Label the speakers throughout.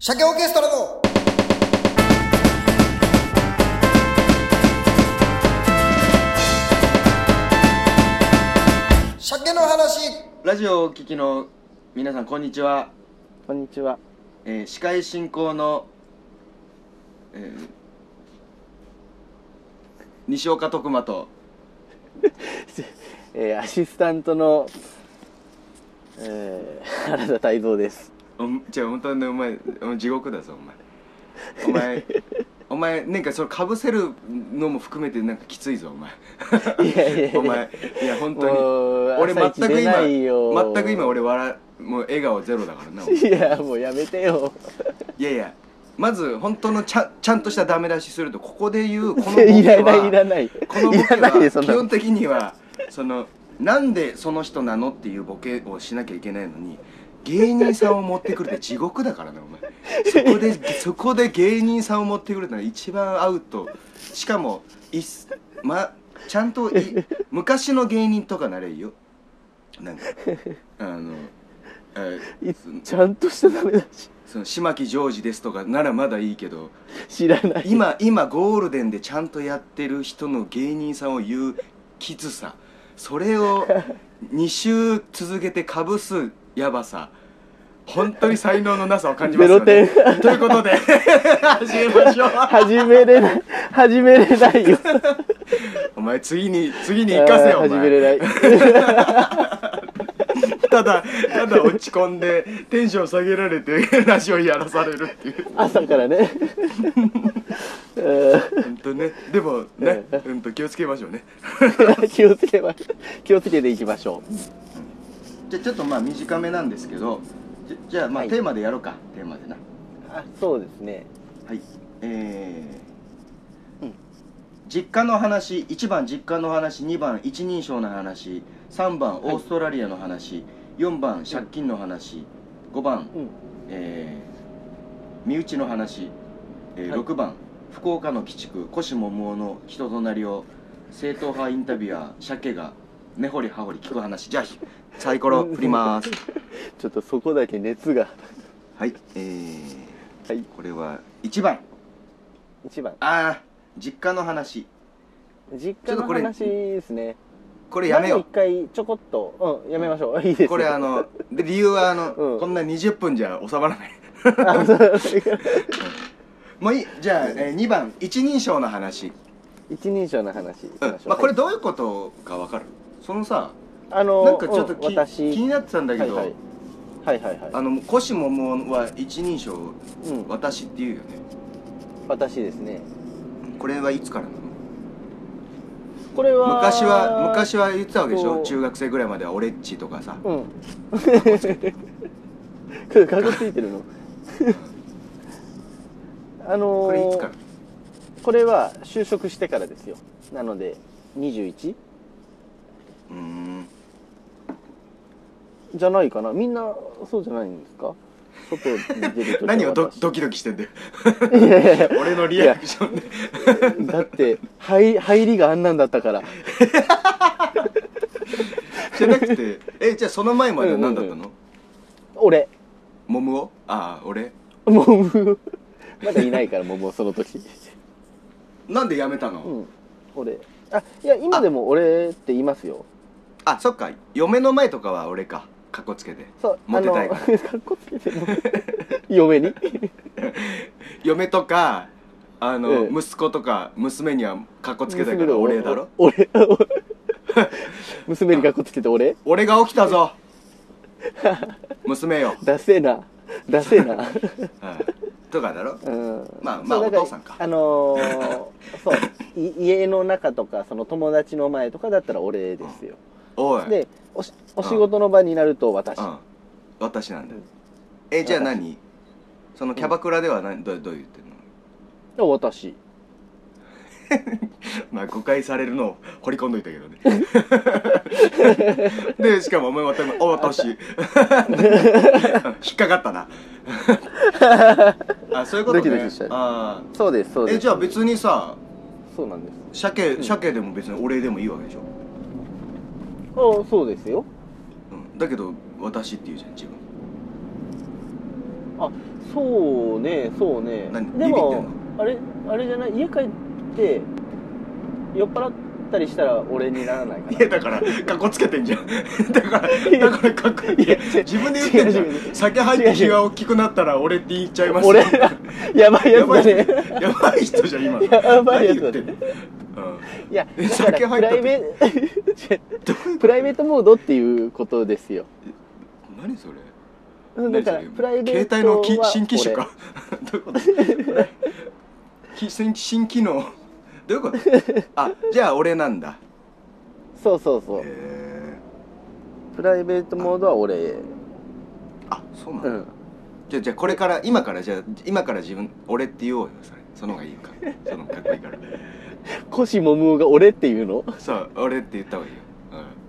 Speaker 1: 鮭オーケストラの鮭の話
Speaker 2: ラジオをお聞きの皆さんこんにちは、
Speaker 3: こんにちは。
Speaker 2: えー司会進行の、えー西岡徳馬と
Speaker 3: えーアシスタントの、えー原田泰造です。
Speaker 2: おじゃ本当にお前お地獄だぞお前お 前お前なんかそれかぶせるのも含めてなんかきついぞお前
Speaker 3: いやいやい や
Speaker 2: お前いや本当に
Speaker 3: もう
Speaker 2: 俺全
Speaker 3: 朝一
Speaker 2: く
Speaker 3: 出ないよ
Speaker 2: 今全く今俺笑もう笑顔ゼロだからなお前
Speaker 3: いや、もうやめてよ。
Speaker 2: いやいやまず本当のちゃんちゃんとしたダメ出しするとここで 言うこのボケは
Speaker 3: いらない、いらない。い
Speaker 2: このボケ
Speaker 3: らないで、そ
Speaker 2: は
Speaker 3: ん
Speaker 2: 基
Speaker 3: なの。
Speaker 2: 本的にはそのなんでその人なのっていうボケをしなきゃいけないのに芸人さんを持ってくるって地獄だからね お前そこでそこで芸人さんを持ってくるってのは一番アウトしかもいっまちゃんと い昔の芸人とかなれよなんかあのえ
Speaker 3: いちゃんとしたダメだし。
Speaker 2: その島木ジョージですとかならまだいいけど
Speaker 3: 知らない。
Speaker 2: 今今ゴールデンでちゃんとやってる人の芸人さんを言うきつさそれを2週続けてかぶすやばさ本当に才能のなさを感じますよね
Speaker 3: ベロ
Speaker 2: ということで始めましょう
Speaker 3: 始めれない、始めれないよ。
Speaker 2: お前次に次に行かせよ
Speaker 3: あー
Speaker 2: お
Speaker 3: 始め
Speaker 2: 前
Speaker 3: れない。
Speaker 2: ただただ落ち込んでテンション下げられてラジオやらされるっていう
Speaker 3: 朝か らね。えー
Speaker 2: 本当ねでもねうんと気をつけましょうね
Speaker 3: 気をつけま、気をつけていきましょう。
Speaker 2: じゃあちょっとまあ短めなんですけどじゃじゃあまあ
Speaker 3: はい
Speaker 2: テーマでやろうか、テーマでな
Speaker 3: あそうですね。
Speaker 2: はいえー
Speaker 3: うん
Speaker 2: 実家の話1番実家の話2番一人称の話3番
Speaker 3: はい
Speaker 2: オーストラリアの話、4番借金の話5番、
Speaker 3: うん。
Speaker 2: えー身内の話、えー
Speaker 3: はい
Speaker 2: 6番福岡の鬼畜腰桃の人となりを正統派インタビュアー鮭が根掘り葉掘り聞く話じゃあひサイコロ振り ます
Speaker 3: ちょっとそこだけ熱が。
Speaker 2: はい、えー、
Speaker 3: はい。
Speaker 2: これは1番
Speaker 3: 一番。
Speaker 2: あー実家の話
Speaker 3: 実
Speaker 2: ちょ
Speaker 3: 家
Speaker 2: っと
Speaker 3: の
Speaker 2: これ
Speaker 3: 話ですね
Speaker 2: これやめよ
Speaker 3: 前一回ちょこっとうんやめましょう、いいです
Speaker 2: う
Speaker 3: よ
Speaker 2: これあので理由はあの、
Speaker 3: うん
Speaker 2: こんな20分じゃ収まらない
Speaker 3: あそう
Speaker 2: もういいじゃあ、え2番一人称の話、
Speaker 3: 一人称の話し
Speaker 2: うん
Speaker 3: ましょう、
Speaker 2: まあ、これどういうことかわかるそのさ
Speaker 3: あの
Speaker 2: なんかちょっと
Speaker 3: うん
Speaker 2: き、
Speaker 3: 私
Speaker 2: 気になってたんだけど、
Speaker 3: はいはい、はいはいはい
Speaker 2: あの腰ももは一人称
Speaker 3: うん
Speaker 2: 私っていうよね
Speaker 3: 私ですね
Speaker 2: これはいつからなの
Speaker 3: これは
Speaker 2: 昔は昔は言ってたわけでし
Speaker 3: そ
Speaker 2: ょ
Speaker 3: う
Speaker 2: 中学生ぐらいまでは俺っちとかさ
Speaker 3: うん これかこついて るのあのー
Speaker 2: これいつから
Speaker 3: これは就職してからですよなので 21?
Speaker 2: うーん
Speaker 3: じゃないかなみんなそうじゃないんですか外に出るときは
Speaker 2: 何を ド
Speaker 3: 私
Speaker 2: ドキドキしてんだよ
Speaker 3: いやいやいや
Speaker 2: 俺のリアクションで
Speaker 3: だって入入りがあんなんだったから
Speaker 2: じゃなくて えじゃあその前までは何だった
Speaker 3: うんう
Speaker 2: の
Speaker 3: 俺
Speaker 2: モムをああ俺
Speaker 3: もう まだいないからもうもうその時
Speaker 2: なんでやめたの、
Speaker 3: うん俺あいや今でも俺って言いますよ
Speaker 2: あそっか嫁の前とかは俺かかっこつけて
Speaker 3: そう
Speaker 2: モテたい
Speaker 3: あ
Speaker 2: か
Speaker 3: の
Speaker 2: ら
Speaker 3: かっこつけても嫁に
Speaker 2: 嫁とかあの、
Speaker 3: うん
Speaker 2: 息子とか娘にはかっこつけたいから俺だろ
Speaker 3: 俺俺 娘にかっこつけて俺
Speaker 2: 俺が起きた ぞ娘よ、
Speaker 3: ダセえなダセえな
Speaker 2: うん、とかだろ
Speaker 3: うん
Speaker 2: まあまあ
Speaker 3: そうだら
Speaker 2: お父さんか
Speaker 3: あのーそうい家の中とかその友達の前とかだったら俺ですよ
Speaker 2: おい、うん、
Speaker 3: でおしお仕事の場になると私、
Speaker 2: 私なんだよえじゃあ何そのキャバクラでは何どうどう言ってんの
Speaker 3: 私
Speaker 2: まあ誤解されるのを掘り込んどいたけど ねでしかもお前また今「お私」引っかかった なあそういうことね
Speaker 3: ドキドキしちゃう
Speaker 2: あ
Speaker 3: そうですそ
Speaker 2: ー
Speaker 3: うです
Speaker 2: えじゃあ別にさ
Speaker 3: そうなんです
Speaker 2: 鮭鮭でも別にお礼でもいいわけでしょ、
Speaker 3: あそうですよ
Speaker 2: うん、だけど「私」って言うじゃん自分
Speaker 3: あそうねそうね
Speaker 2: 何
Speaker 3: で
Speaker 2: ビビ
Speaker 3: も
Speaker 2: って
Speaker 3: あれあれじゃない家帰って酔っ払ったりしたら俺にならないか
Speaker 2: いやだからかっこつけてんじ ゃんだからだからかっこいい
Speaker 3: いや
Speaker 2: 自分で言ってんじゃ
Speaker 3: 違う違
Speaker 2: ん酒入って気が大きくなったら俺って言っちゃいま
Speaker 3: な
Speaker 2: す
Speaker 3: 俺やばいや
Speaker 2: や
Speaker 3: つ
Speaker 2: ば
Speaker 3: だ
Speaker 2: い
Speaker 3: ね
Speaker 2: やばい人じゃん今の
Speaker 3: やばいやつ
Speaker 2: 何
Speaker 3: だ
Speaker 2: 言って
Speaker 3: ね
Speaker 2: んのうん
Speaker 3: いや
Speaker 2: え
Speaker 3: だから
Speaker 2: 酒入
Speaker 3: プ
Speaker 2: った
Speaker 3: ライ ベートプライベートモードっていうことですよ
Speaker 2: 何それ
Speaker 3: だから
Speaker 2: 何それ
Speaker 3: プライベートは
Speaker 2: 携帯のき新機種
Speaker 3: 俺
Speaker 2: か どういう ことき新新機能どういうことあじゃあ俺なんだ
Speaker 3: そうそうそう、
Speaker 2: へ
Speaker 3: プライベートモードは俺
Speaker 2: ーあそうなん
Speaker 3: う
Speaker 2: だ、
Speaker 3: ん
Speaker 2: じゃあじゃあこれから今からじゃあ今から自分俺って言おうよそれその方がいい からその方がかっこいいから
Speaker 3: 腰もむおが俺っていうの
Speaker 2: そう俺って言った方がいいよ、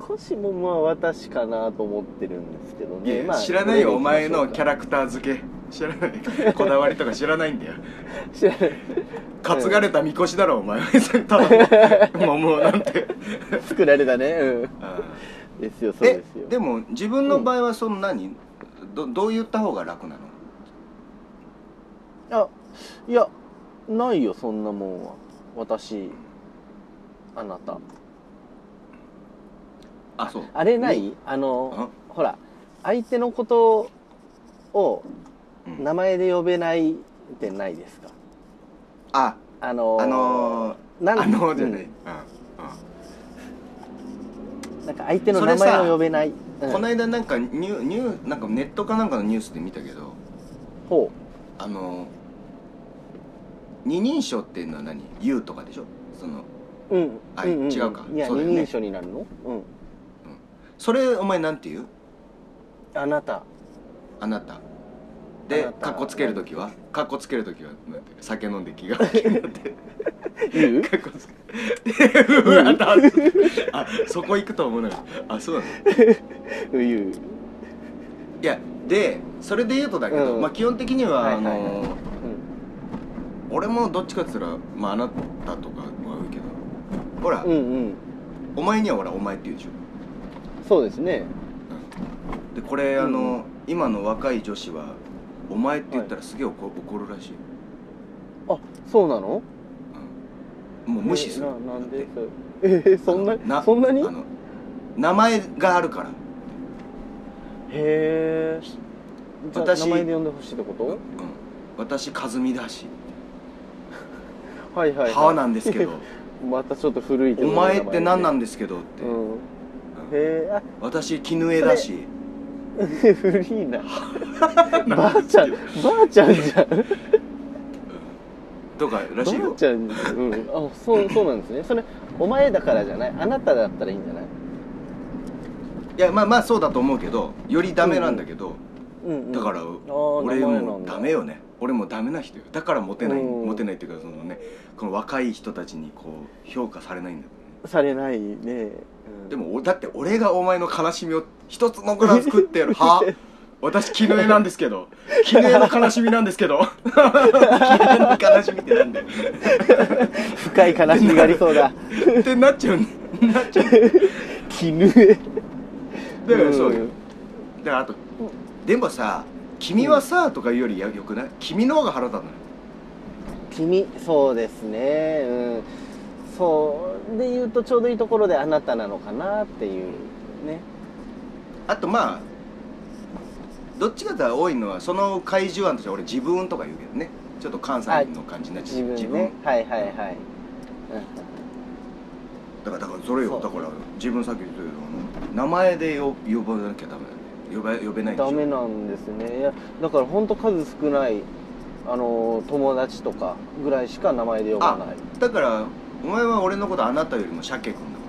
Speaker 3: 腰もむは私かなと思ってるんですけど
Speaker 2: うん、いや
Speaker 3: ね、まあ、
Speaker 2: 知らないよお前のキャ
Speaker 3: ラ
Speaker 2: ラクター付け知らないこだわりとか知らないんだよ
Speaker 3: 知らない
Speaker 2: 担がれたみこしだろお前はただの桃なんて
Speaker 3: 作られたねうん
Speaker 2: あ
Speaker 3: ですよそう
Speaker 2: え
Speaker 3: ですよ
Speaker 2: でも自分の場合はその何、どどう言った方が楽なの
Speaker 3: あいやないよそんなもんは私あなた
Speaker 2: あそう
Speaker 3: あれない、
Speaker 2: に
Speaker 3: あのほら相手のことを
Speaker 2: うん
Speaker 3: 名前で呼べないってないですか
Speaker 2: あ
Speaker 3: あのー
Speaker 2: あの
Speaker 3: な
Speaker 2: あ
Speaker 3: ん
Speaker 2: のじゃ
Speaker 3: うん
Speaker 2: ない、うん
Speaker 3: なんか相手の名前を呼べな
Speaker 2: う
Speaker 3: い、
Speaker 2: ん
Speaker 3: うん
Speaker 2: この間なんかニューニューなんかネットかなんかのニュースで見たけど
Speaker 3: ほ
Speaker 2: あの二人称っていうのは何言うとかでしょその
Speaker 3: ううん、
Speaker 2: あ
Speaker 3: うんん
Speaker 2: 違うか
Speaker 3: いや、
Speaker 2: そうだ
Speaker 3: 二
Speaker 2: よね
Speaker 3: 人称になるのうん
Speaker 2: それお前なんて言う
Speaker 3: あなた
Speaker 2: あなたで
Speaker 3: あなた
Speaker 2: かっこつけるときはかっこつけるときはなんて酒飲んで気 が大きくなって
Speaker 3: 言う
Speaker 2: かっこつけでうわだあそこ行くと思うなかったあそうなの
Speaker 3: 言う
Speaker 2: いやでそれで言うとだけど、
Speaker 3: うん
Speaker 2: まあ基本的には、
Speaker 3: はいはいは
Speaker 2: あ
Speaker 3: い
Speaker 2: の俺もどっちかっつったらまああなたとかは多いけどほら、
Speaker 3: うん、うんうん
Speaker 2: お前にはほらお前って言うでしょ
Speaker 3: そうですね
Speaker 2: でこれ
Speaker 3: うん
Speaker 2: あの、今の若い女子はお前って言ったらすげえ怒,、怒るらしい、
Speaker 3: あそうなの
Speaker 2: うん、もう無視する
Speaker 3: えななんでそれえー、そんなそんなに
Speaker 2: あの名前があるから
Speaker 3: へえ
Speaker 2: 私
Speaker 3: 名前で呼んでほしいってこと
Speaker 2: うん、私和美だし
Speaker 3: はい はい、はい、
Speaker 2: 母なんですけど
Speaker 3: またちょっと古いけ
Speaker 2: お
Speaker 3: どね
Speaker 2: 前って何な
Speaker 3: 名
Speaker 2: んですけどって、
Speaker 3: 前ねうんへえあ
Speaker 2: 私絹枝だし
Speaker 3: 古いな ばあちゃんばあちゃんじゃんば
Speaker 2: とからしいよ
Speaker 3: あちゃんじゃん、うん、あそうそうなんですねそれお前だからじゃないあなただったらいいんじゃない
Speaker 2: いやまあまあそうだと思うけどよりダメなんだけど、
Speaker 3: うん、うん、
Speaker 2: だから
Speaker 3: あー
Speaker 2: 俺
Speaker 3: 名前な
Speaker 2: も
Speaker 3: んだ
Speaker 2: ダメよね俺もダメな人よだからモテない、
Speaker 3: うん
Speaker 2: モテないっていうかそのねこの若い人たちにこう評価されないんだよね
Speaker 3: されないね、うん
Speaker 2: でもおだって俺がお前の悲しみを一つのグラス食ってやるは 私絹枝なんですけど絹枝の悲しみなんですけど絹枝の悲しみってなんだよ
Speaker 3: 深い悲しみがありそ うだ
Speaker 2: ってなっちゃうんなっちゃう
Speaker 3: 絹
Speaker 2: だ
Speaker 3: 枝
Speaker 2: からそうよ、
Speaker 3: ん
Speaker 2: だからあとでもさ「君はさ」とか言うよりやよくない君の方が腹立たない
Speaker 3: 君そうですねうんそうで言うとちょうどいいところであなたなのかなっていうね
Speaker 2: あとまあどっちかが多いのはその怪獣案としては俺自分とか言うけどねちょっと関西の感じになっちゃ
Speaker 3: 自
Speaker 2: う
Speaker 3: 分ねはいはいはい、
Speaker 2: だからだからそれよ
Speaker 3: そ
Speaker 2: だ
Speaker 3: う
Speaker 2: から自分さっき言ったけどあの名前でよ呼ばなきゃダメだね呼べ呼べ
Speaker 3: う
Speaker 2: ないんで
Speaker 3: ん、
Speaker 2: し
Speaker 3: ダ
Speaker 2: ょ
Speaker 3: メなんですねいやだから本当数少ないあの友達とかぐらいしか名前で呼ばない
Speaker 2: だからお前は俺のことあなたよりも鮭君だもんな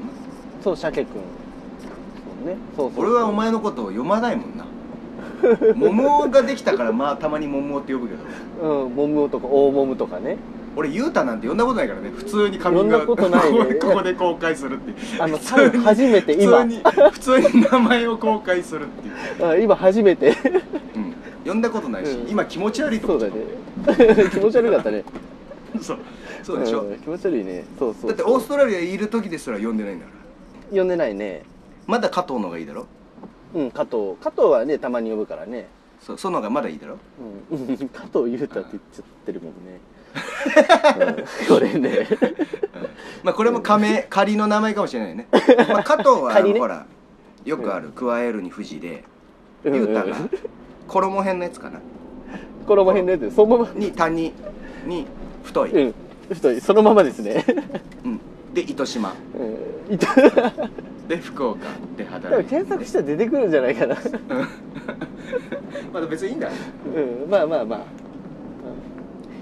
Speaker 3: そう鮭君そうねそうそうそう
Speaker 2: 俺はお前のことを読まないもん な桃ができたからまあたまに桃って呼ぶけど
Speaker 3: うんモムとか大モム とかね
Speaker 2: 俺ゆうたなんて呼んだことないからね普通に髪
Speaker 3: 呼んだことないね
Speaker 2: ここで公開するっていう
Speaker 3: あの多
Speaker 2: 普通
Speaker 3: 分
Speaker 2: に
Speaker 3: 初めて今
Speaker 2: 普通に普通に名前を公開するっていう、
Speaker 3: うん今初めて
Speaker 2: うん、呼んだことないし、
Speaker 3: うん
Speaker 2: 今気持ち悪いと
Speaker 3: そ
Speaker 2: 思
Speaker 3: う
Speaker 2: っちゃったも
Speaker 3: だ
Speaker 2: ん
Speaker 3: ね 気持ち悪かったね
Speaker 2: そうそうでしょ、
Speaker 3: ん気持ち悪いねそうそう
Speaker 2: だってオーストラリアいる時ですら呼んでないんだから
Speaker 3: 呼んでないね
Speaker 2: まだ加藤の方がいいだろ
Speaker 3: うん加藤加藤はねたまに呼ぶからね
Speaker 2: そうそのがまだいいだろ
Speaker 3: うん、 加藤裕太って言っちゃってるもんね、 うん、これね
Speaker 2: まあこれも仮名仮の名前かもしれない ね、まあ、加藤はあ
Speaker 3: 仮
Speaker 2: の
Speaker 3: ね
Speaker 2: ほらよくある「加えるに富士で」
Speaker 3: うん
Speaker 2: ゆうた
Speaker 3: う
Speaker 2: が
Speaker 3: ん
Speaker 2: 衣編のやつかな
Speaker 3: この辺のやつそのまま
Speaker 2: に谷に太い、
Speaker 3: うん太いそのままですね、
Speaker 2: うんで糸島
Speaker 3: うん、いた
Speaker 2: で福岡で
Speaker 3: 多分
Speaker 2: 働いて
Speaker 3: 検索したら出てくるんじゃないかな、
Speaker 2: まだ別にいい んだよ
Speaker 3: うん、まあまあまあ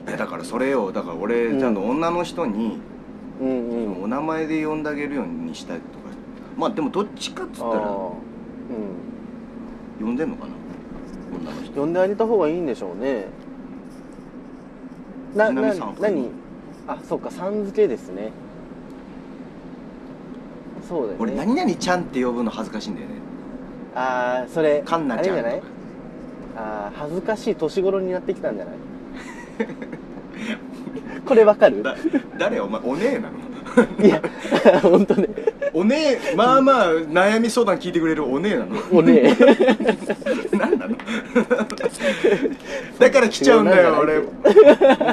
Speaker 2: いやだからそれをだから俺
Speaker 3: うん
Speaker 2: ちゃんと女の人に、
Speaker 3: うんうん
Speaker 2: お名前で呼んであげるようにしたいとかまあでもどっちかっつったら
Speaker 3: あ
Speaker 2: 呼
Speaker 3: ーうん
Speaker 2: んでんのかな女の人
Speaker 3: 呼んであげた方がいいんでしょうねな
Speaker 2: ちなみ
Speaker 3: な
Speaker 2: にさん
Speaker 3: 何あそっかさん付けですねそうだよね
Speaker 2: 俺何々ちゃんって呼ぶの恥ずかしいんだよね
Speaker 3: ああそれ
Speaker 2: かんなちゃんとか
Speaker 3: あれじゃないあー恥ずかしい年頃になってきたんじ ゃないこれわかる
Speaker 2: だ誰お前お姉なの
Speaker 3: いや本当ね
Speaker 2: お姉まあまあ悩み相談聞いてくれるお姉なの
Speaker 3: もうね
Speaker 2: 何なの だから来ちゃうんだよ俺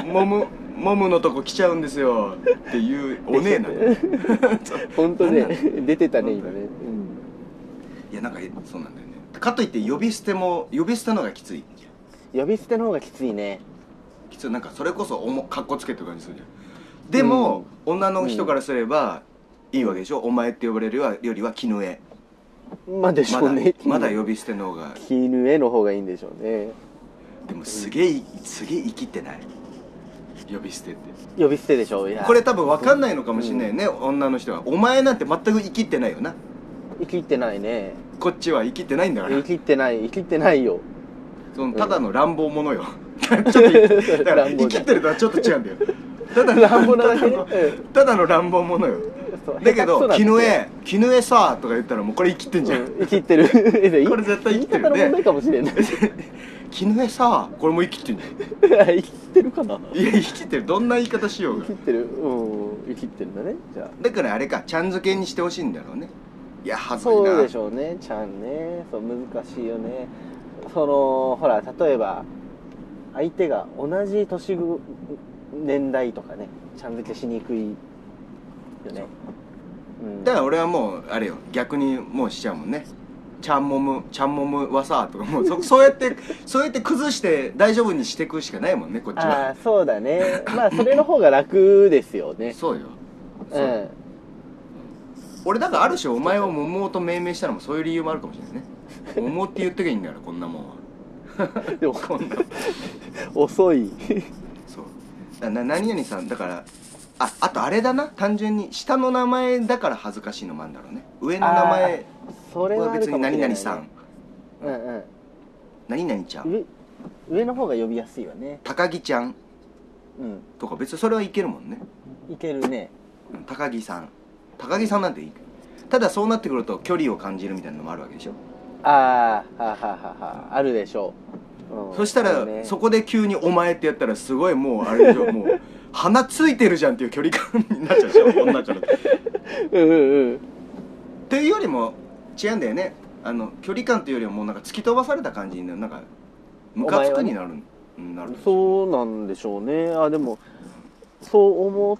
Speaker 2: もむもむのとこ来ちゃうんですよっていうお姉 なの
Speaker 3: 本当
Speaker 2: なん
Speaker 3: ね
Speaker 2: な
Speaker 3: 出てたね
Speaker 2: なん
Speaker 3: 今
Speaker 2: だ
Speaker 3: ね、うん
Speaker 2: いやなんかそうなんだよねかといって呼び捨ても呼び捨てのがきつい
Speaker 3: 呼び捨ての方がきついね
Speaker 2: きついなんかそれこそおもかっこつけって感じするじゃんでも、女の人からすれば、いいわけでしょお前って呼ばれるよりは絹枝
Speaker 3: まあでし
Speaker 2: ま
Speaker 3: ょう
Speaker 2: だ,、
Speaker 3: ね
Speaker 2: まだ呼び捨ての方が
Speaker 3: 絹絵の方がいいんでしょうね
Speaker 2: でもすげえすげえ生きてない呼び捨てって
Speaker 3: 呼び捨てでしょういや
Speaker 2: これ多分分かんないのかもしれないよね、女の人はお前なんて全く生きてないよな
Speaker 3: 生きってないね
Speaker 2: こっちは生きてないんだから
Speaker 3: 生きってない生きってないよ
Speaker 2: そのただの乱暴者よ ちょっとだから
Speaker 3: 乱
Speaker 2: 生
Speaker 3: 暴じゃ
Speaker 2: き
Speaker 3: ん
Speaker 2: てるのはちょっと違うんだよただの
Speaker 3: 乱暴なだけね
Speaker 2: ただのただの乱暴者よ
Speaker 3: そう
Speaker 2: だけ
Speaker 3: 下手
Speaker 2: ど「
Speaker 3: くそなん
Speaker 2: 絹
Speaker 3: ですよ
Speaker 2: 枝絹枝さ」とか言ったらもうこれ生きてんじゃ
Speaker 3: うんん生きってる
Speaker 2: これ絶対生きてるね
Speaker 3: 言い方の問題かもしれない
Speaker 2: 「絹枝さ」これも生きてんじゃん
Speaker 3: 生きってるかない
Speaker 2: や生きてるどんな言い方しよう
Speaker 3: 生
Speaker 2: が
Speaker 3: きってるうん生きってるんだねじゃあ
Speaker 2: だからあれかちゃん付けにしてほしいんだろうねいや恥ずいな
Speaker 3: そうでしょうねちゃんねそう難しいよねそのほら例えば相手が同じ年ぐ年代とかねちゃん付けしにくいよねうん
Speaker 2: だから俺はもうあれよ逆にもうしちゃうもんねちゃんもむちゃんもむはさとかもうそ そうやってそうやって崩して大丈夫にしていくしかないもんねこっち
Speaker 3: あ
Speaker 2: は
Speaker 3: あそうだねまあそれの方が楽ですよね
Speaker 2: そうよ
Speaker 3: う
Speaker 2: そうん俺だからある種お前を桃と命名したのもそういう理由もあるかもしれない ね桃って言っときゃいいんだからこんなもんは
Speaker 3: でも
Speaker 2: こんな
Speaker 3: 遅い
Speaker 2: そうだな何々さんだからああとあれだな単純に下の名前だから恥ずかしいのもあるんだろうね上の名前
Speaker 3: それは
Speaker 2: は
Speaker 3: ある
Speaker 2: 別
Speaker 3: か
Speaker 2: に
Speaker 3: もし
Speaker 2: 何
Speaker 3: れない、ね、
Speaker 2: 々さん
Speaker 3: うん
Speaker 2: 何々ちゃ
Speaker 3: うんん上上の方が呼びやすいよね
Speaker 2: 高木ちゃん
Speaker 3: うん
Speaker 2: とか別にそれはいけるもんね
Speaker 3: いけるね
Speaker 2: 高木さん高木さんなんていいただそうなってくると距離を感じるみたいなのもあるわけでしょ、
Speaker 3: ああははははあるでしょう、うん
Speaker 2: そしたら
Speaker 3: うね
Speaker 2: そこで急に「お前」ってやったらすごいもうあれでしょもう鼻ついてるじゃんっていう距離感になっちゃうでしょ女からっ
Speaker 3: うんうんうん
Speaker 2: ていうよりも違うんだよねあの距離感というよりももうなんか突き飛ばされた感じになるなんかムカつくになる、うんなる
Speaker 3: そうなんでしょうねあでもそう思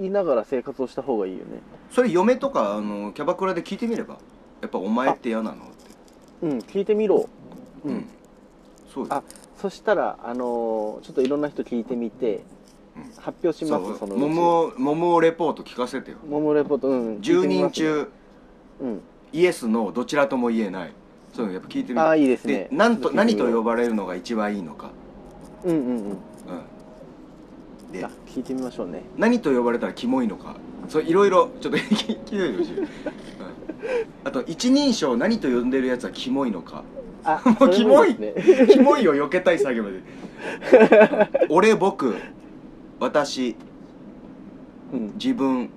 Speaker 3: いながら生活をした方がいいよね
Speaker 2: それ嫁とかあのキャバクラで聞いてみればやっぱ「お前」って嫌なのって
Speaker 3: うん聞いてみろうん、
Speaker 2: そうよ
Speaker 3: あそしたらあのーちょっといろんな人聞いてみて、
Speaker 2: うん
Speaker 3: 発表します
Speaker 2: そ
Speaker 3: そうの
Speaker 2: 桃を桃をレポート聞かせてよ
Speaker 3: モモレポートうん
Speaker 2: 10
Speaker 3: 聞いてみ
Speaker 2: 人
Speaker 3: ます
Speaker 2: 中
Speaker 3: うん
Speaker 2: イエスノーどちらとも言えないそういうのやっぱ聞いてみる
Speaker 3: あーいいですね
Speaker 2: なんと
Speaker 3: 聞いて
Speaker 2: 何
Speaker 3: み
Speaker 2: と
Speaker 3: よ
Speaker 2: 呼
Speaker 3: う
Speaker 2: ばれるのが一番いいのか、
Speaker 3: うんうんうん
Speaker 2: うん、で
Speaker 3: あ聞いてみま しょうね
Speaker 2: 何と呼ばれたらキモいのかそういろいろちょっと聞いてみてほしい、うん、あと一人称何と呼んでるやつはキモいのか
Speaker 3: あ
Speaker 2: もうキモい
Speaker 3: それもですね
Speaker 2: キモいを避けたい作業まで俺僕私
Speaker 3: うん
Speaker 2: 自分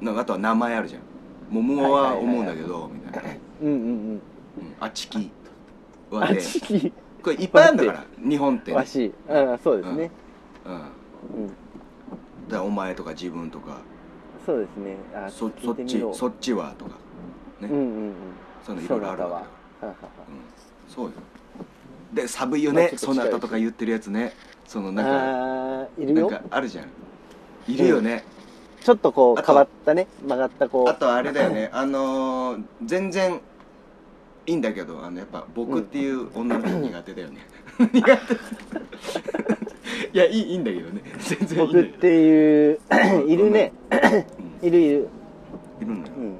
Speaker 2: なんかあとは名前あるじゃん桃は思うんだけどみたいな
Speaker 3: うんうん
Speaker 2: うんあちき
Speaker 3: うん
Speaker 2: は
Speaker 3: あ
Speaker 2: ね
Speaker 3: ちき
Speaker 2: これいっぱいあるんだから日本ってね、
Speaker 3: わしうんそうですね
Speaker 2: うん、だか
Speaker 3: うん
Speaker 2: らお前とか自分とか
Speaker 3: そうですねあ
Speaker 2: そ
Speaker 3: 聞
Speaker 2: そ
Speaker 3: い
Speaker 2: って
Speaker 3: み
Speaker 2: ち
Speaker 3: よう
Speaker 2: そっちはとか
Speaker 3: うんうんうん
Speaker 2: そういうのいろいろあるわ
Speaker 3: ははは
Speaker 2: けだから、うん、そうよで寒いよ
Speaker 3: まあ
Speaker 2: ね
Speaker 3: ちょっと
Speaker 2: そなたとか言ってるやつねそのなんか
Speaker 3: あーいる
Speaker 2: なん
Speaker 3: よ
Speaker 2: かあるじゃんいるよね、
Speaker 3: ちょっとこ
Speaker 2: あ
Speaker 3: う
Speaker 2: と
Speaker 3: 変わったね曲がったこう
Speaker 2: あとあれだよねあのー全然いいんだけどあのやっぱ僕っていう女の子苦手だよね、 苦手いやいいいいんだけどね全然いいんだ
Speaker 3: 僕っ
Speaker 2: けど
Speaker 3: て いういるねいるいる
Speaker 2: いるのよ
Speaker 3: うん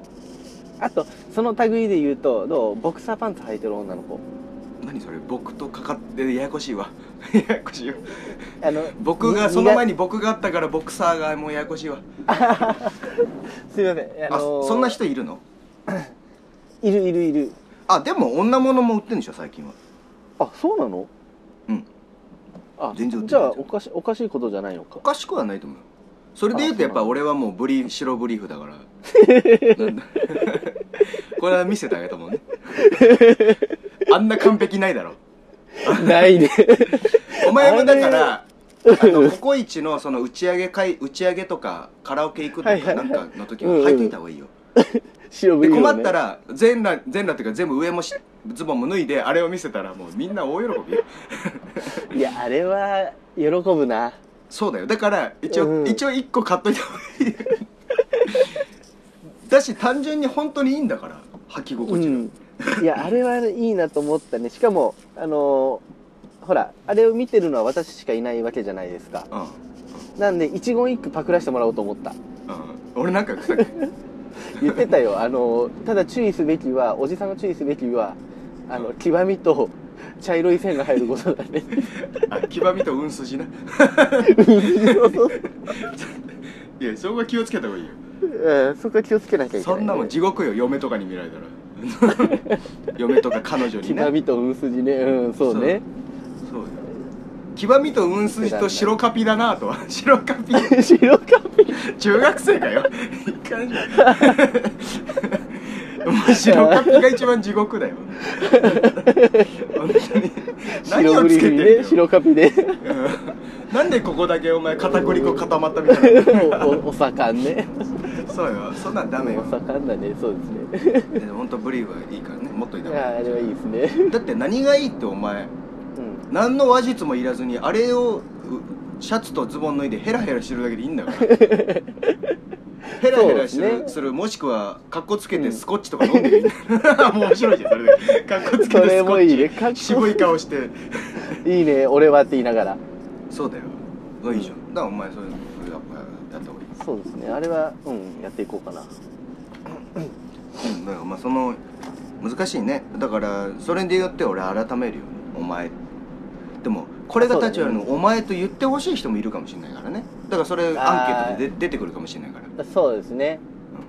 Speaker 3: あとその類で言うとどうボクサーパンツ履いてる女の子
Speaker 2: 何それ僕とかかってややこしいわ ややこしいわ
Speaker 3: あの
Speaker 2: 僕がその前
Speaker 3: に
Speaker 2: に僕があったからボクサーがもうややこしいわ
Speaker 3: すいません、あ
Speaker 2: あ
Speaker 3: のー
Speaker 2: そんな人いるの
Speaker 3: いるいるいる
Speaker 2: あでも女物も売ってるんでしょ最近は
Speaker 3: あそうなの
Speaker 2: うん
Speaker 3: あ
Speaker 2: 全然売ってない
Speaker 3: じゃあおかしおかしいことじゃないのか
Speaker 2: お かしくはないと思うよそれで言うとやっぱ俺はもうブリーフ白ブリーフだから なんだこれは見せてあげたもんねあんな完璧ないだろ
Speaker 3: ないね
Speaker 2: お前もだからあ
Speaker 3: う
Speaker 2: の
Speaker 3: ん
Speaker 2: ココイチのその打ち上げ会打ち上げとかカラオケ行く
Speaker 3: は
Speaker 2: と
Speaker 3: いは
Speaker 2: か
Speaker 3: い
Speaker 2: なんかの時は
Speaker 3: うんうん
Speaker 2: 履いといた方がいいよ
Speaker 3: 白
Speaker 2: で
Speaker 3: ブリーフね
Speaker 2: 困ったら全裸全裸っていうか全部上もしズボンも脱いであれを見せたらもうみんな大喜びよ
Speaker 3: いやあれは喜ぶな
Speaker 2: そうだよだから一応、
Speaker 3: うん
Speaker 2: 一応一個買っといた方がいいよだし単純に本当にいいんだから履き
Speaker 3: う
Speaker 2: 心地が、
Speaker 3: んいやあれはいいなと思ったねしかもあのーほらあれを見てるのは私しかいないわけじゃないですか
Speaker 2: うんうん
Speaker 3: なんで一言一句パクらせてもらおうと思った
Speaker 2: 俺なんか言ってたっけ
Speaker 3: 言ってたよあのただ注意すべきはおじさんが注意すべきはあの極みと茶色い線が入ることだね
Speaker 2: あ極みと運筋な いやそこは気をつけた方がいいよ
Speaker 3: うんそこは気をつけなきゃいけない、
Speaker 2: そんなもん地獄よ嫁とかに見られたら 嫁とか彼女にね
Speaker 3: 極みと運筋ねうんそうね
Speaker 2: そうよ極みと運筋と白カピだなとは 白カ ピ
Speaker 3: 白髪
Speaker 2: 中学生かよいかんじゃんもう白カピが一番地獄だよ本当に何
Speaker 3: 白
Speaker 2: を
Speaker 3: ブ
Speaker 2: つ
Speaker 3: リ
Speaker 2: けてんだ
Speaker 3: ー
Speaker 2: よ
Speaker 3: フね白 髪で
Speaker 2: うんなんでここだけお前片栗粉固まったみたいな
Speaker 3: おおお盛んね
Speaker 2: そうよそんなんダメよ
Speaker 3: お盛んだねそうですね
Speaker 2: でも本当ブリーフはいいからねもっといた方
Speaker 3: あ
Speaker 2: がい
Speaker 3: ああれはいいですね
Speaker 2: いだって何がいいってお前
Speaker 3: うん
Speaker 2: 何の話術もいらずにあれをうシャツとズボン脱いでヘラヘラしてるだけでいいん だからヘラヘラして
Speaker 3: そう
Speaker 2: る
Speaker 3: ですね
Speaker 2: するもしくはカッコつけてスコッチとか飲んでるいいんだからも う面白いじゃんそれでカッコつけ
Speaker 3: そ
Speaker 2: て
Speaker 3: れ
Speaker 2: スコ
Speaker 3: もいいね
Speaker 2: ッチ
Speaker 3: かっこ
Speaker 2: 渋い顔して
Speaker 3: いいね俺はって言いながら
Speaker 2: そうだよいいじゃんだからお前それそれやっぱやった方がい
Speaker 3: そうですねあれはうんやっていこうかない
Speaker 2: うんだからまあその難しいねだからそれで言って俺改めるよお前でもこれが立ち悪いの、お前と言ってほしい人もいるかもしれないからねだからそれアンケートで出出てくるかもしれないから
Speaker 3: そうですね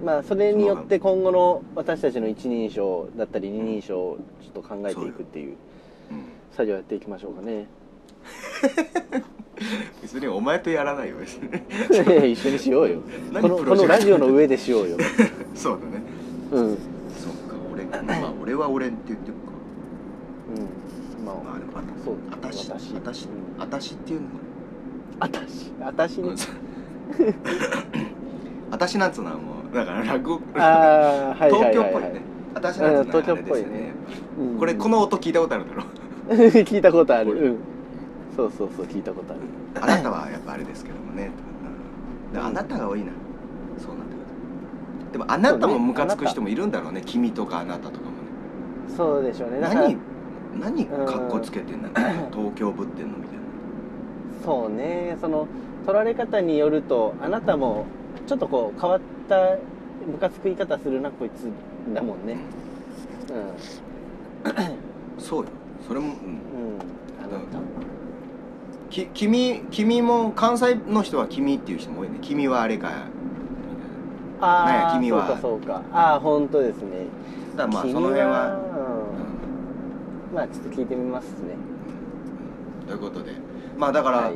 Speaker 2: うん
Speaker 3: まあそれによって今後の私たちの一人称だったり二人称をちょっと考えていくってい
Speaker 2: う
Speaker 3: う
Speaker 2: ん
Speaker 3: 作業やっていきましょうか ね
Speaker 2: 別にお前とやらないよ別 に
Speaker 3: 一緒にしようよ
Speaker 2: 何
Speaker 3: この
Speaker 2: プ
Speaker 3: こ
Speaker 2: ロジェクト
Speaker 3: のラジオの上でしよ うよ、
Speaker 2: そうだね
Speaker 3: うんうん、
Speaker 2: そっか 俺まあ俺は俺って言ってるか
Speaker 3: まあ、
Speaker 2: まあでもあた
Speaker 3: そう
Speaker 2: あたし
Speaker 3: 私
Speaker 2: あたしあ
Speaker 3: うん
Speaker 2: たしっていうのか
Speaker 3: あたしあたし
Speaker 2: な
Speaker 3: ね
Speaker 2: うん あたしなんつうのはもうだから落語
Speaker 3: ああはいは
Speaker 2: 東
Speaker 3: い
Speaker 2: 京
Speaker 3: は
Speaker 2: っ
Speaker 3: い、
Speaker 2: ぽい
Speaker 3: はい
Speaker 2: ねあたしなんつうのはあれですよ
Speaker 3: うん東京
Speaker 2: ね
Speaker 3: うん
Speaker 2: これこの音聞いたことあるだろ
Speaker 3: 聞いたことある、
Speaker 2: これ
Speaker 3: うん、そうそうそう聞いたことある
Speaker 2: あなたはやっぱあれですけどもねであなたが多いなそうなんだでもあなたもムカつく人もいるんだろうね君とかあなたとかもね
Speaker 3: そうでしょうねだから
Speaker 2: 何何かっこつけてんだ ろう東京ぶってんのみたいな
Speaker 3: そうねその取られ方によるとあなたもちょっとこう変わったムカつく言い方するなこいつだもんね
Speaker 2: そうよそれも、うん
Speaker 3: うんうんあなた
Speaker 2: き君君も関西の人は君っていう人も多いね君はあれかみたい
Speaker 3: ああ
Speaker 2: ね君は
Speaker 3: そうかそうかああ本当ですね
Speaker 2: なだからまあそ
Speaker 3: 君
Speaker 2: の辺は、
Speaker 3: うんまあちょっと聞いてみますね
Speaker 2: うんということでまあだから、
Speaker 3: はい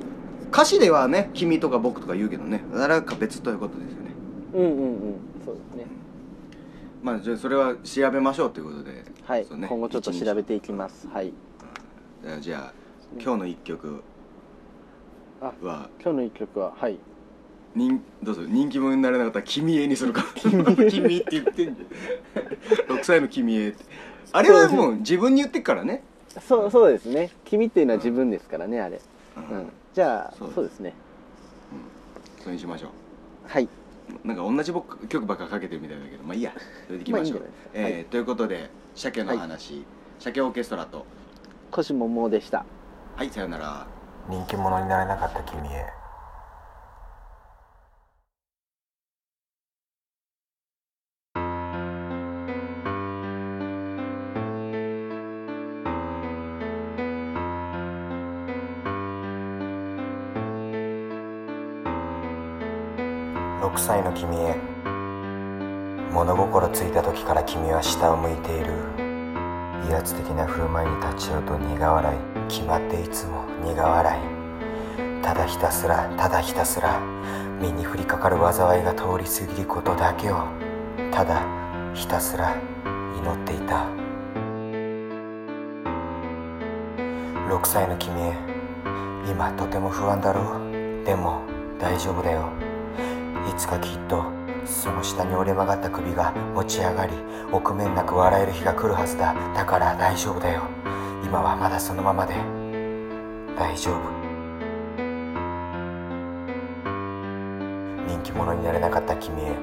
Speaker 2: 歌詞ではね君とか僕とか言うけどねなかか別ということですよね
Speaker 3: うんうんうんそうですね
Speaker 2: まあじゃあそれは調べましょうということで
Speaker 3: はい、
Speaker 2: そうね
Speaker 3: 今後ちょっと調べていきますはい
Speaker 2: じゃあ今日の一曲
Speaker 3: あ
Speaker 2: は
Speaker 3: 今日の一曲ははい
Speaker 2: 人どうする人気者になれなかったら「君へ」にするか「 君って言ってんじゃん6歳の「君へ」ってあれはもう自分に言ってっからね
Speaker 3: そうそうですね君っていうのは自分ですからねあれ、
Speaker 2: う
Speaker 3: うんん、じゃあ
Speaker 2: そうです
Speaker 3: そうですね
Speaker 2: それにしましょ
Speaker 3: はい、
Speaker 2: うなんか同じ僕曲ばっかかけてるみたいだけどまあいいやそれでいきましょう
Speaker 3: まあいいんじゃないですか
Speaker 2: えー
Speaker 3: は
Speaker 2: ということで鮭の話、鮭オーケストラと
Speaker 3: コシモモでした
Speaker 2: はいさよなら
Speaker 4: 人気者になれなかった君へ6歳の君へ物心ついた時から君は下を向いている威圧的な振る舞いに立ち寄ると苦笑い決まっていつも苦笑いただひたすらただひたすら身に降りかかる災いが通り過ぎることだけをただひたすら祈っていた6歳の君へ今とても不安だろうでも大丈夫だよいつかきっとその下に折れ曲がった首が持ち上がり臆面なく笑える日が来るはずだだから大丈夫だよ今はまだそのままで大丈夫人気者になれなかった君へ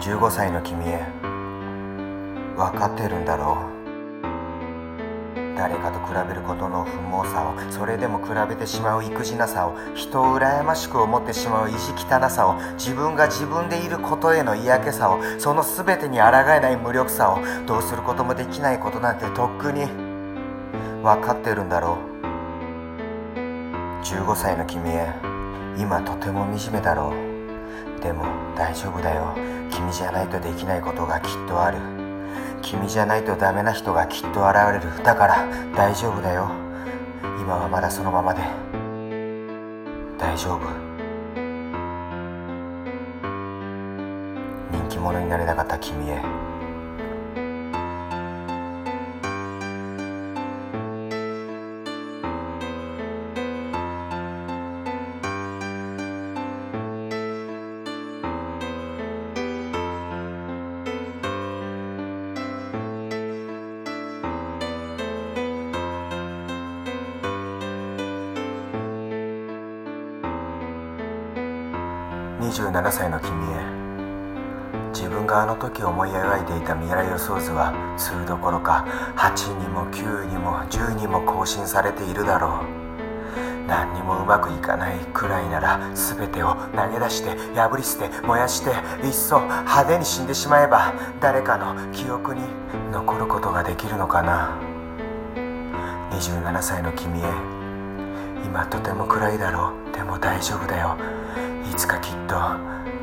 Speaker 4: 15歳の君へ分かってるんだろう誰かと比べることの不毛さをそれでも比べてしまう意地なさを人を羨ましく思ってしまう意地汚さを自分が自分でいることへの嫌気さをその全てに抗えない無力さをどうすることもできないことなんてとっくに分かってるんだろう15歳の君へ今とても惨めだろうでも大丈夫だよ君じゃないとできないことがきっとある君じゃないとダメな人がきっと現れるだから大丈夫だよ今はまだそのままで大丈夫人気者になれなかった君へ27歳の君へ自分があの時思い描いていた未来予想図は2どころか8にも9にも10にも更新されているだろう何にもうまくいかないくらいなら全てを投げ出して破り捨て燃やしていっそ派手に死んでしまえば誰かの記憶に残ることができるのかな27歳の君へ今とても暗いだろうでも大丈夫だよいつかきっと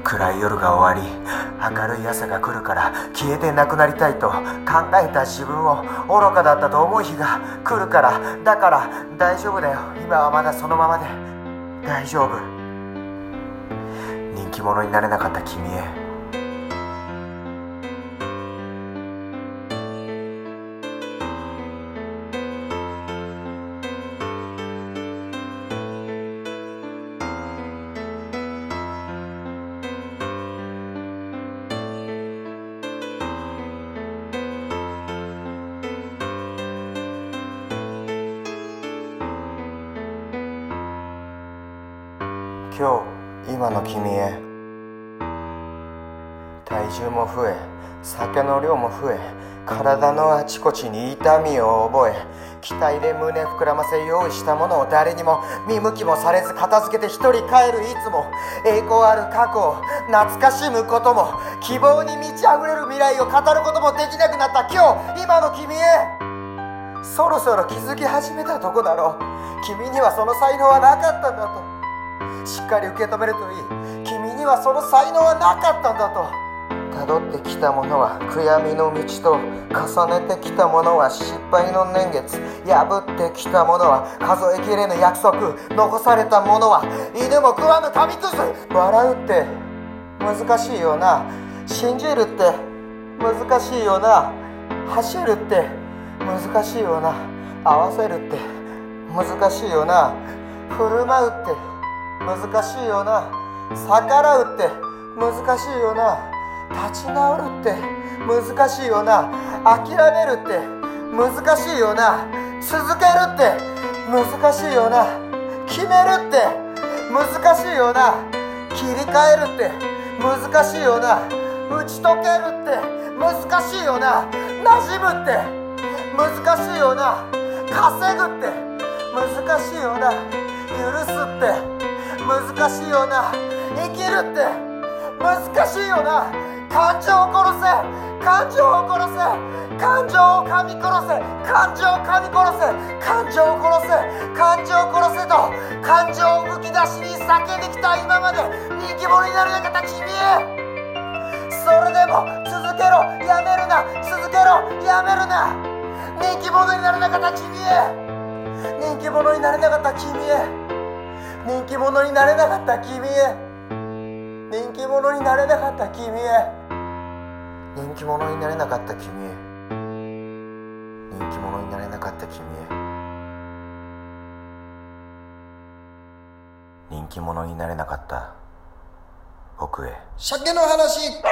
Speaker 4: 暗い夜が終わり明るい朝が来るから消えてなくなりたいと考えた自分を愚かだったと思う日が来るからだから大丈夫だよ今はまだそのままで大丈夫人気者になれなかった君へ今日今の君へ体重も増え酒の量も増え体のあちこちに痛みを覚え期待で胸膨らませ用意したものを誰にも見向きもされず片付けて一人帰るいつも栄光ある過去を懐かしむことも希望に満ち溢れる未来を語ることもできなくなった今日今の君へそろそろ気づき始めたとこだろう君にはその才能はなかったんだとしっかり受け止めるといい君にはその才能はなかったんだと辿っ
Speaker 1: てきたものは悔やみの道と重ねてきたものは失敗の年月破ってきたものは数えきれぬ約束残されたものは犬も食わぬ紙くず笑うって難しいよな信じるって難しいよな走るって難しいよな合わせるって難しいよな振る舞うって難しいよな逆らうって難しいよな立ち直るって難しいよな諦めるって難しいよな続けるって難しいよな決めるって難しいよな切り替えるって難しいよな打ち解けるって難しいよな馴染むって難しいよな稼ぐって難しいよな許すって難しいよな生きるって難しいよな感情を殺せ感情を殺せ感情を噛み殺せ感情を噛み殺せ感情を殺せ感情を殺せと感情をむき出しに叫んできた今まで人気者になるなかった君へそれでも続けろやめるな続けろやめるな人気者になれなかった君へ人気者になれなかった君へ人気者になれなかった君へ人気者になれなかった君へ人気者になれなかった君へ人気者になれなかった君へ人気者になれなかった僕へ
Speaker 4: 鮭の話